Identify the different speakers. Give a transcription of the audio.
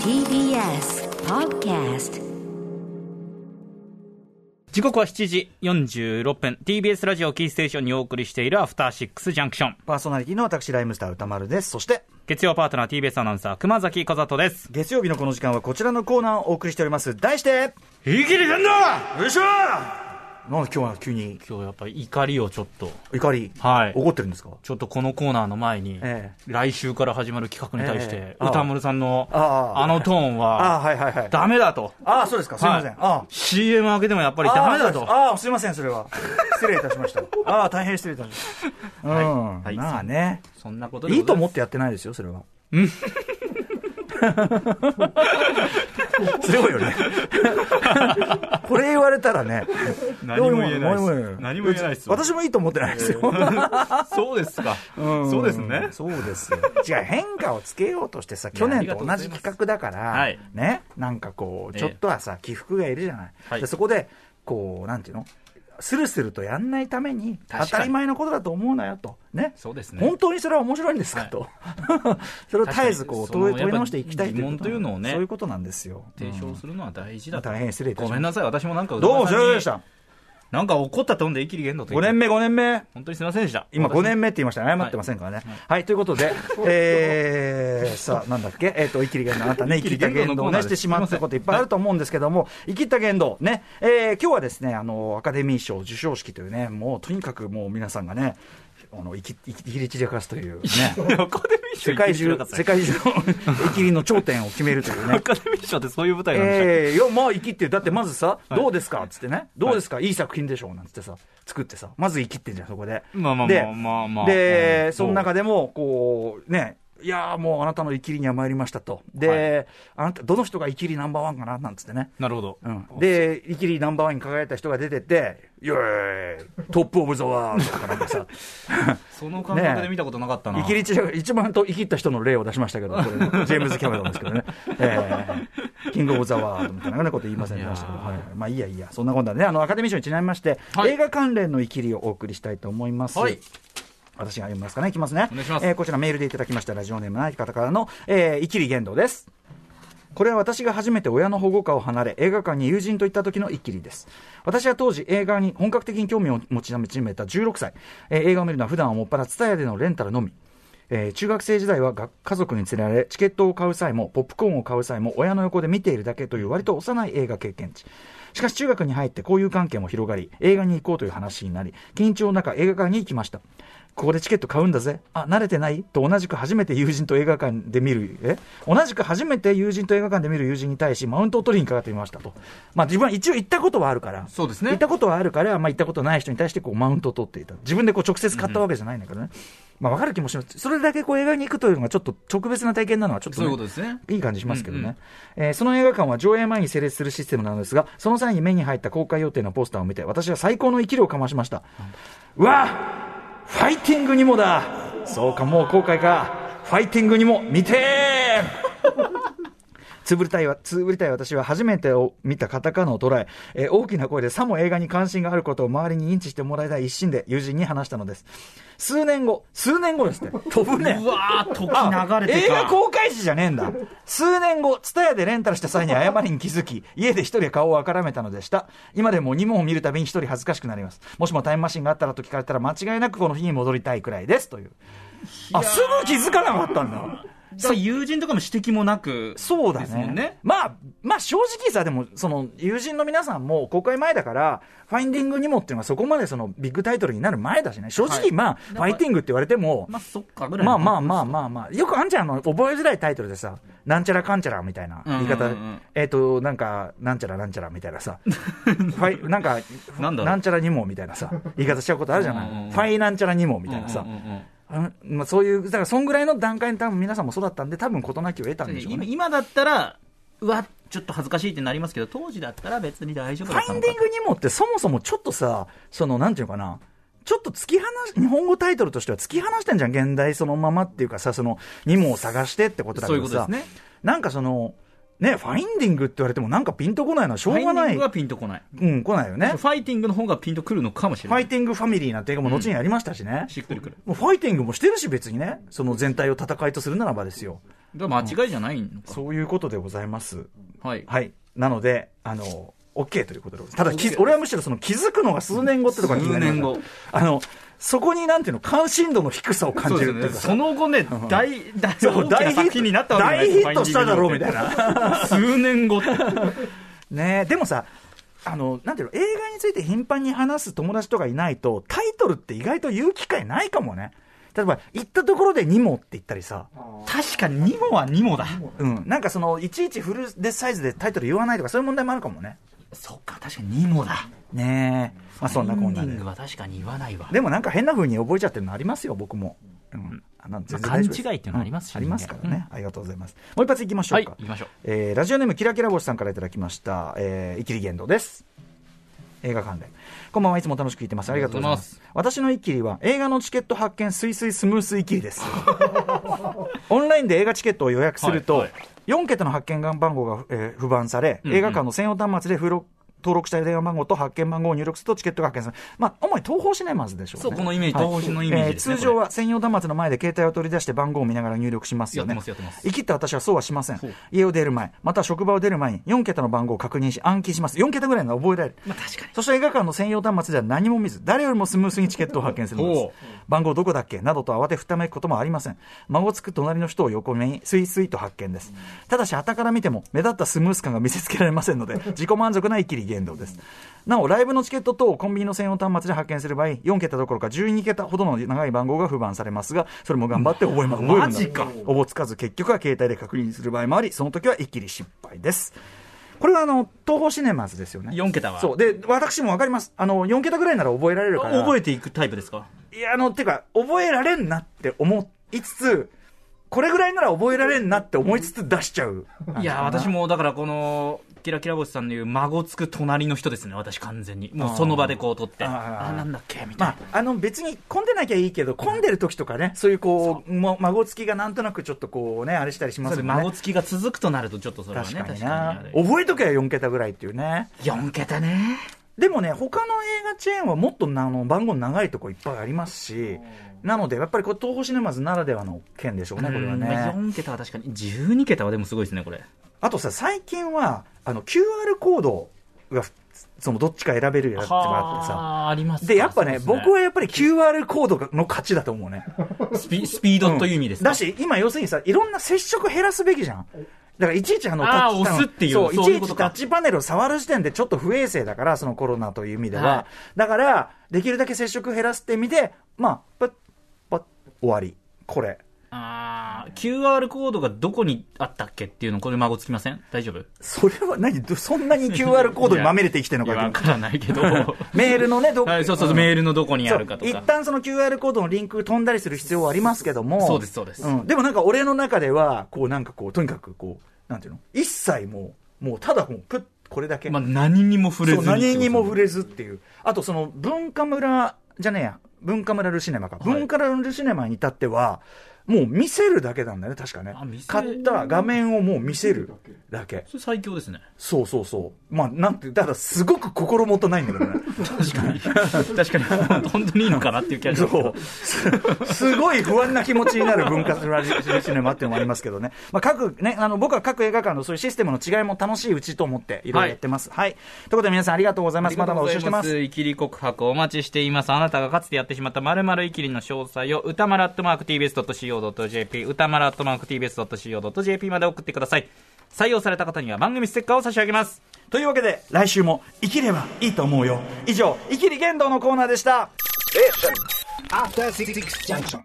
Speaker 1: TBS Podcast
Speaker 2: 時刻は7時46分 TBS ラジオキーステーションにお送りしているアフターシックスジャンクション
Speaker 3: パーソナリティの私、ライムスター歌丸です。そして、
Speaker 2: 月曜パートナー TBS アナウンサー熊崎和人です
Speaker 3: 月曜日のこの時間はこちらのコーナーをお送りしております。題して、
Speaker 2: いい切りなんだ
Speaker 3: よいしょなんで今日は急に
Speaker 2: 今日やっぱり怒りをちょっと
Speaker 3: 怒り、
Speaker 2: はい
Speaker 3: 怒ってるんですか
Speaker 2: ちょっとこのコーナーの前に、
Speaker 3: え
Speaker 2: 来週から始まる企画に対して、
Speaker 3: ええああ
Speaker 2: 歌丸さんの
Speaker 3: ああ
Speaker 2: あのトーン
Speaker 3: あ
Speaker 2: は
Speaker 3: あ、はいはいはい。
Speaker 2: ダメだと、
Speaker 3: ああ、そうですか。すいません。
Speaker 2: はい
Speaker 3: あ
Speaker 2: CM 明けてもやっぱり
Speaker 3: あ。
Speaker 2: ダメだ
Speaker 3: ああそう
Speaker 2: と
Speaker 3: ですああ、すいません、それは。失礼いたしました。ああ、大変失礼いたしました。うん。
Speaker 2: はい
Speaker 3: まあね。
Speaker 2: そんなことで
Speaker 3: いいと
Speaker 2: ござ
Speaker 3: 思ってやってない ですよ、それは。 うん。すごいよ ね。これ言われたらね。
Speaker 2: 何も言えないです何も言えないです
Speaker 3: 私もいいと思ってないですよ。
Speaker 2: ますそうですか、そうですね
Speaker 3: そうですよ。違う、変化をつけようとしてさ、去年と同じ企画だから、
Speaker 2: ありがとう
Speaker 3: ね、なんかこう、
Speaker 2: ええ
Speaker 3: ちょっとはさ、起伏がいるじゃない。
Speaker 2: はい
Speaker 3: でそこで、こう、なんていうのスルスルとやんないために、
Speaker 2: 確か
Speaker 3: 当
Speaker 2: に
Speaker 3: たり前のことだと思うなよと。ね。
Speaker 2: そうですね
Speaker 3: 本当にそれは面白いんですかと。 それを絶えずこう、
Speaker 2: 確か
Speaker 3: 問
Speaker 2: に
Speaker 3: い問い直していきたい
Speaker 2: そのやっぱり疑問というのをね
Speaker 3: そういうことなんですよ。
Speaker 2: 提唱するのは大事だと、
Speaker 3: 大変失礼いた
Speaker 2: ご
Speaker 3: しました
Speaker 2: めんなさい私もなんか
Speaker 3: どうも、すいませんでし
Speaker 2: 歌丸さん
Speaker 3: た
Speaker 2: に。なんか怒ったとんでいきりげんのと
Speaker 3: 5年目、5年目。
Speaker 2: 本当にすいませんでした
Speaker 3: 今
Speaker 2: 私も
Speaker 3: 5年 目って言いましたね。謝ってませんからね。はい、ということで、えー、さあ、なんだっけ、えっ、と、生きり言動、あなたね、生きり言動をね、してしまったこといっぱいあると思うんですけども、生きった言動、ね、えー、今日はですね、あの、アカデミー賞授賞式というね、もう、とにかくもう皆さんがね、あの、生き、生き生きり散らかすという ね、
Speaker 2: アカデミー賞
Speaker 3: 世界中、世界中の 生きりの頂点を決めるというね
Speaker 2: ア。カデミー賞ってそういう舞台なんでしたっけ、
Speaker 3: えー、いや、まあ、生きって、だってまずさ、どうですかっつってね、どうですか、い、い作品でしょうなんつってさ、作ってさ、まず生きってんじゃん、そこで。
Speaker 2: まあまあ
Speaker 3: で
Speaker 2: まあまあまあ
Speaker 3: で、
Speaker 2: うん
Speaker 3: その中でも、こう、ね、いやーもうあなたの生きりには参りましたと。で、あなた、どの人が生きりナンバーワンかななんつってね。
Speaker 2: なるほど、
Speaker 3: うん、で、イキリナンバーワンに輝いた人が出てって、イエーイ、トップオブザワールドとかなん かさ、
Speaker 2: その感覚で見たことなかったな、
Speaker 3: イキリチ一番とイキった人の例を出しましたけど、これ ジェームズ・キャメロンですけどね、えーキング・オブ・ザ・ワールドみたいなこと言いませんでした
Speaker 2: い
Speaker 3: けど、
Speaker 2: やー
Speaker 3: はいはいまあいいやいいや、そんなことはね、あのアカデミー賞にちなみまして、
Speaker 2: はい
Speaker 3: 映画関連のイキリをお送りしたいと思います。
Speaker 2: はい
Speaker 3: 私が読みますかね、いきますね。
Speaker 2: お願いします
Speaker 3: えーこちらメールでいただきました、ラジオネームない方からの、えー、イキリ言動です。これは私が初めて親の保護下を離れ映画館に友人と行った時の一気りです私は当時映画に本格的に興味を持ち始めた16歳、えー映画を見るのは普段はもっぱらツタヤでのレンタルのみえー中学生時代はが家族に連れられチケットを買う際もポップコーンを買う際も親の横で見ているだけという割と幼い映画経験値しかし中学に入って交友関係も広がり映画に行こうという話になり緊張の中映画館に行きましたここでチケット買うんだぜ。あ、慣れてないと同じく初めて友人と映画館で見る、え同じく初めて友人と映画館で見る友人に対し、マウントを取りにかかってみましたと。まあ自分は一応行ったことはあるから。
Speaker 2: そうですね
Speaker 3: 行ったことはあるから、まあ行ったことない人に対してこうマウントを取っていた。自分でこう直接買ったわけじゃないんだけどね。まあわかる気もします。それだけこう映画に行くというのがちょっと特別な体験なのはちょっと、
Speaker 2: そういうことですね
Speaker 3: いい感じしますけどね。
Speaker 2: うんうん
Speaker 3: えーその映画館は上映前に整列するシステムなのですが、その際に目に入った公開予定のポスターを見て、私は最高の生きるをかましました。うわファイティングにもだそうか、もう後悔か。ファイティングにも見てー つぶりたいわ、つぶりたい私は初めてを見たカタカナを捉ええー大きな声でさも映画に関心があることを周りに認知してもらいたい一心で友人に話したのです。数年後、数年後ですって。飛ぶね。
Speaker 2: うわー
Speaker 3: あ
Speaker 2: 時流れて
Speaker 3: 映
Speaker 2: か
Speaker 3: 画公開時じゃねえんだ数年後ツタヤでレンタルした際に誤りに気づき家で一人で顔をあからめたのでした今でも2問を見るたびに一人恥ずかしくなりますもしもタイムマシンがあったらと聞かれたら間違いなくこの日に戻りたいくらいですというあすぐ気づかなかったんだ
Speaker 2: そう友人とかも指摘もなく
Speaker 3: そうだ
Speaker 2: ですも
Speaker 3: ね
Speaker 2: んね
Speaker 3: まあ、まあ正直さ、でも、その、友人の皆さんも公開前だから、ファインディングにもっていうのはそこまでその、ビッグタイトルになる前だしね。正
Speaker 2: は
Speaker 3: 直、
Speaker 2: い
Speaker 3: まあ、ファイティングって言われても、
Speaker 2: まあそっかぐらい
Speaker 3: まあまあまあまあまあ、よくあんじゃん、あの、覚えづらいタイトルでさ、なんちゃらかんちゃらみたいな言い方
Speaker 2: うんうんうん、
Speaker 3: えっと、なんか、なんちゃらなんちゃらみたいな さ、ファイ、なんか、
Speaker 2: なんだろう
Speaker 3: なんちゃらにもみたいなさ、言い方しちゃうことあるじゃない
Speaker 2: うんうんうん。
Speaker 3: ファイなんちゃらにもみ
Speaker 2: み
Speaker 3: たいなさ
Speaker 2: うん、うんうん
Speaker 3: あのまあそういう、だからそんぐらいの段階に多分皆さんもそうだったんで、多分事なきを得たん
Speaker 2: うん
Speaker 3: でしょう
Speaker 2: 今
Speaker 3: ね。
Speaker 2: 今だったらうわちょっと恥ずかしいってなりますけど当時だったら別に大丈夫
Speaker 3: フ
Speaker 2: だった
Speaker 3: ァ
Speaker 2: の
Speaker 3: イン
Speaker 2: か
Speaker 3: ディングにもってそもそもちょっとさ、その、なんていうのかな、ちょっと突き放し、日本語タイトルとしては突き放してんじゃん、現代そのままっていうかさ、その、にもを探してってことだけどさ、
Speaker 2: そういうことですね
Speaker 3: なんかその、ね、ファインディングって言われてもなんかピンとこないのはしょうが
Speaker 2: ファインデ
Speaker 3: な
Speaker 2: ィン
Speaker 3: い。
Speaker 2: グはピンとこない
Speaker 3: うん、来ないよね
Speaker 2: フ。ァイティングの方がピンとくるのかもしれ
Speaker 3: フ
Speaker 2: な
Speaker 3: ァ
Speaker 2: い
Speaker 3: イティングファミリーなんて映画も後にありましたしね。
Speaker 2: しっくりくる
Speaker 3: もうファイティングもしてるし別にね、その全体を戦いとするならばですよ。
Speaker 2: じゃあ間違いじゃないのか。
Speaker 3: そういうことでございます。
Speaker 2: はい。
Speaker 3: はい。なので、あの、OK ということでございます。ただ、き俺はむしろその気づくのが数年後ってところが気になりまし
Speaker 2: 数年
Speaker 3: た
Speaker 2: 後。
Speaker 3: あの、そこになんていうの、関心度の低さを感じるっていうか。
Speaker 2: その後ね、大、大、
Speaker 3: そう
Speaker 2: 大
Speaker 3: 大
Speaker 2: 作
Speaker 3: ヒ
Speaker 2: 品にな
Speaker 3: ッ
Speaker 2: った
Speaker 3: ト
Speaker 2: わけ
Speaker 3: 大
Speaker 2: じ
Speaker 3: ヒ
Speaker 2: ゃな
Speaker 3: ッ
Speaker 2: い
Speaker 3: トしただろうみたい
Speaker 2: な。
Speaker 3: な。
Speaker 2: 数年後って。
Speaker 3: ねえでもさあのなんていうの映画について頻繁に話す友達とかいないとタイトルって意外と言う機会ないかもね例えば行ったところで「にも」って言ったりさ、
Speaker 2: 確かに、ニモはニモだ。
Speaker 3: うん、なんかそのいちいちフルデサイズでタイトル言わないとかそういう問題もあるかもね
Speaker 2: そっか、確かにニモだ。
Speaker 3: ねえ、まあ、そんなこんな
Speaker 2: エンデ
Speaker 3: で
Speaker 2: ィングは確かに言わないわ。
Speaker 3: でもなんか変な風に覚えちゃってるのありますよ僕も、うん、あなん全然大丈夫です
Speaker 2: 勘違いっていうのありますしね
Speaker 3: うんありますからね、ありがとうございますもう一発いきましょ
Speaker 2: は
Speaker 3: う
Speaker 2: い、
Speaker 3: か、
Speaker 2: 行きましょう。
Speaker 3: えーラジオネームキラキラ星さんからいただきました、えー、イキリゲンドです映画関連こんばんはいつも楽しく聞いてますありがとうございます私のイキリは映画のチケット発券スイスイスムースイキリ ですオンラインで映画チケットを予約すると、
Speaker 2: はいはい
Speaker 3: 4桁の発券番号が、えー、不番され、
Speaker 2: んうん
Speaker 3: 映画館の専用端末で付録登録した電話番号と発券番号を入力するとチケットが発券される、まあ、主に東宝シネマズでしょう、ね、
Speaker 2: そうこのイメージ
Speaker 3: はい
Speaker 2: 東宝のイメージですね
Speaker 3: え通常は専用端末の前で携帯を取り出して番号を見ながら入力しますよね
Speaker 2: やってますやってます
Speaker 3: 生きった私はそうはしません
Speaker 2: う。
Speaker 3: 家を出る前、または職場を出る前に4桁の番号を確認し暗記します。4桁ぐらいなら覚えられる。
Speaker 2: まあ確かに。
Speaker 3: そして映画館の専用端末では何も見ず、誰よりもスムースにチケットを発見するのです
Speaker 2: ほう。
Speaker 3: 番号どこだっけなどと慌てふためくこともありません。孫つく隣の人を横目にスイスイと発見です。ただし、旗から見ても目立ったスムース感が見せつけられません ので、自己満足な生きり言動です。なお、ライブのチケット等をコンビニの専用端末で発見する場合、4桁どころか12桁ほどの長い番号が不番されますが、それも頑張って覚えます。覚えるんだ
Speaker 2: マジか
Speaker 3: おぼつかず結局は携帯で確認する場合もあり、その時は一気に失敗です。これはあの東宝シネマズですよね。
Speaker 2: 4桁は
Speaker 3: そう。で、私もわかります。あの、4桁ぐらいなら覚えられるから。
Speaker 2: 覚えていくタイプですか
Speaker 3: いや、あの、てか、覚えられんなって思いつつ、これぐらいなら覚えられんなって思いつつ出しちゃう。
Speaker 2: いや、私もだからこの、キラキラ星さんの言う、孫つく隣の人ですね、私完全に。もうその場でこう撮って、
Speaker 3: あー
Speaker 2: あーなんだっけみたい
Speaker 3: ま
Speaker 2: な。
Speaker 3: あ、あの別に混んでなきゃいいけど、混んでる時とかね、そういうこう、も孫つきがなんとなくちょっとこうね、あれしたりします
Speaker 2: それ
Speaker 3: よ
Speaker 2: 孫
Speaker 3: ね。
Speaker 2: つきが続くとなると、ちょっとそれはね、
Speaker 3: 確かに
Speaker 2: 確
Speaker 3: な
Speaker 2: か。に
Speaker 3: 覚えとけば4桁ぐらいっていうね。
Speaker 2: 4桁ね。
Speaker 3: でもね、他の映画チェーンはもっとなあの番号長いとこいっぱいありますし、なので、やっぱりこれ東宝シネマズならではの件でしょうね、これは
Speaker 2: うんまあ
Speaker 3: ね。
Speaker 2: 4桁は確かに、12桁はでもすごいですね、これ。
Speaker 3: あとさ、最近は、あの、QR コードが、その、どっちか選べるやつがあってさ、
Speaker 2: あ、ありますか
Speaker 3: で、やっぱね、
Speaker 2: そうす
Speaker 3: 僕はやっぱり QR コードがの勝ちだと思うね。
Speaker 2: スピ、スピードという意味ですか
Speaker 3: だし、今要するにさ、いろんな接触減らすべきじゃん。だからいちいちあの、
Speaker 2: あー
Speaker 3: タッチ
Speaker 2: 押すっていう
Speaker 3: そう、い
Speaker 2: そうい
Speaker 3: ち
Speaker 2: う
Speaker 3: い
Speaker 2: こと
Speaker 3: ち
Speaker 2: か
Speaker 3: タッチパネルを触る時点でちょっと不衛生だから、そのコロナという意味では。
Speaker 2: はい
Speaker 3: だから、できるだけ接触減らすって意味で、まあ、パッ、パッ、終わり。これ。
Speaker 2: あー QR コードがどこにあったっけっていうの、これ孫つきません大丈夫
Speaker 3: それは何どそんなに QR コードにまみれて生きてるの
Speaker 2: いや
Speaker 3: か
Speaker 2: わ
Speaker 3: って
Speaker 2: からないけど。 は
Speaker 3: メールのね、どっ
Speaker 2: い、そうそう、メールのどこにあるかと
Speaker 3: そう
Speaker 2: か
Speaker 3: 一。旦その QR コードのリンク飛んだりする必要はありますけども。
Speaker 2: そうですそうです
Speaker 3: ん。でもなんか俺の中では、こうなんかこう、とにかくこう、なんていうの一切もう、もうただもう、プッ、これだけ。
Speaker 2: まあ、何にも触れず
Speaker 3: そう、
Speaker 2: に。
Speaker 3: 何にも触れずっていう。あとその、文化村、じゃねえや。文化村ルシネマか。
Speaker 2: い
Speaker 3: 文化村ルシネマに至っては、もう見せるだけなんだよね、確かね
Speaker 2: あ見。せ
Speaker 3: 買った画面をもう見せるだけ。
Speaker 2: それ最強ですね。
Speaker 3: そうそうそう。まあ、なんて、ただすごく心もとないんだけどね。
Speaker 2: 確かに。 確かに、本当にいいのかなっていう気がしますけ
Speaker 3: そ
Speaker 2: ど。
Speaker 3: うす すごい不安な気持ちになる文化村シネマっていうのもありますけどね、まあ、各ねあの僕は各映画館のそういうシステムの違いも楽しいうちと思って、いろいろやってます。はい、ということで、皆さんありがとうございます。まだまだ募集してます。
Speaker 2: イキリ告白お待ちしています。あなたがかつてやってしまった〇〇イキリの詳細を歌丸アットマーク tbs.co.jp 歌丸アットマーク tbs.co.jp まで送ってください。採用された方には番組ステッカーを差し上げます。
Speaker 3: というわけで、来週も生きればいいと思うよ。以上、生きり言動のコーナーでした。
Speaker 4: After Six Junction.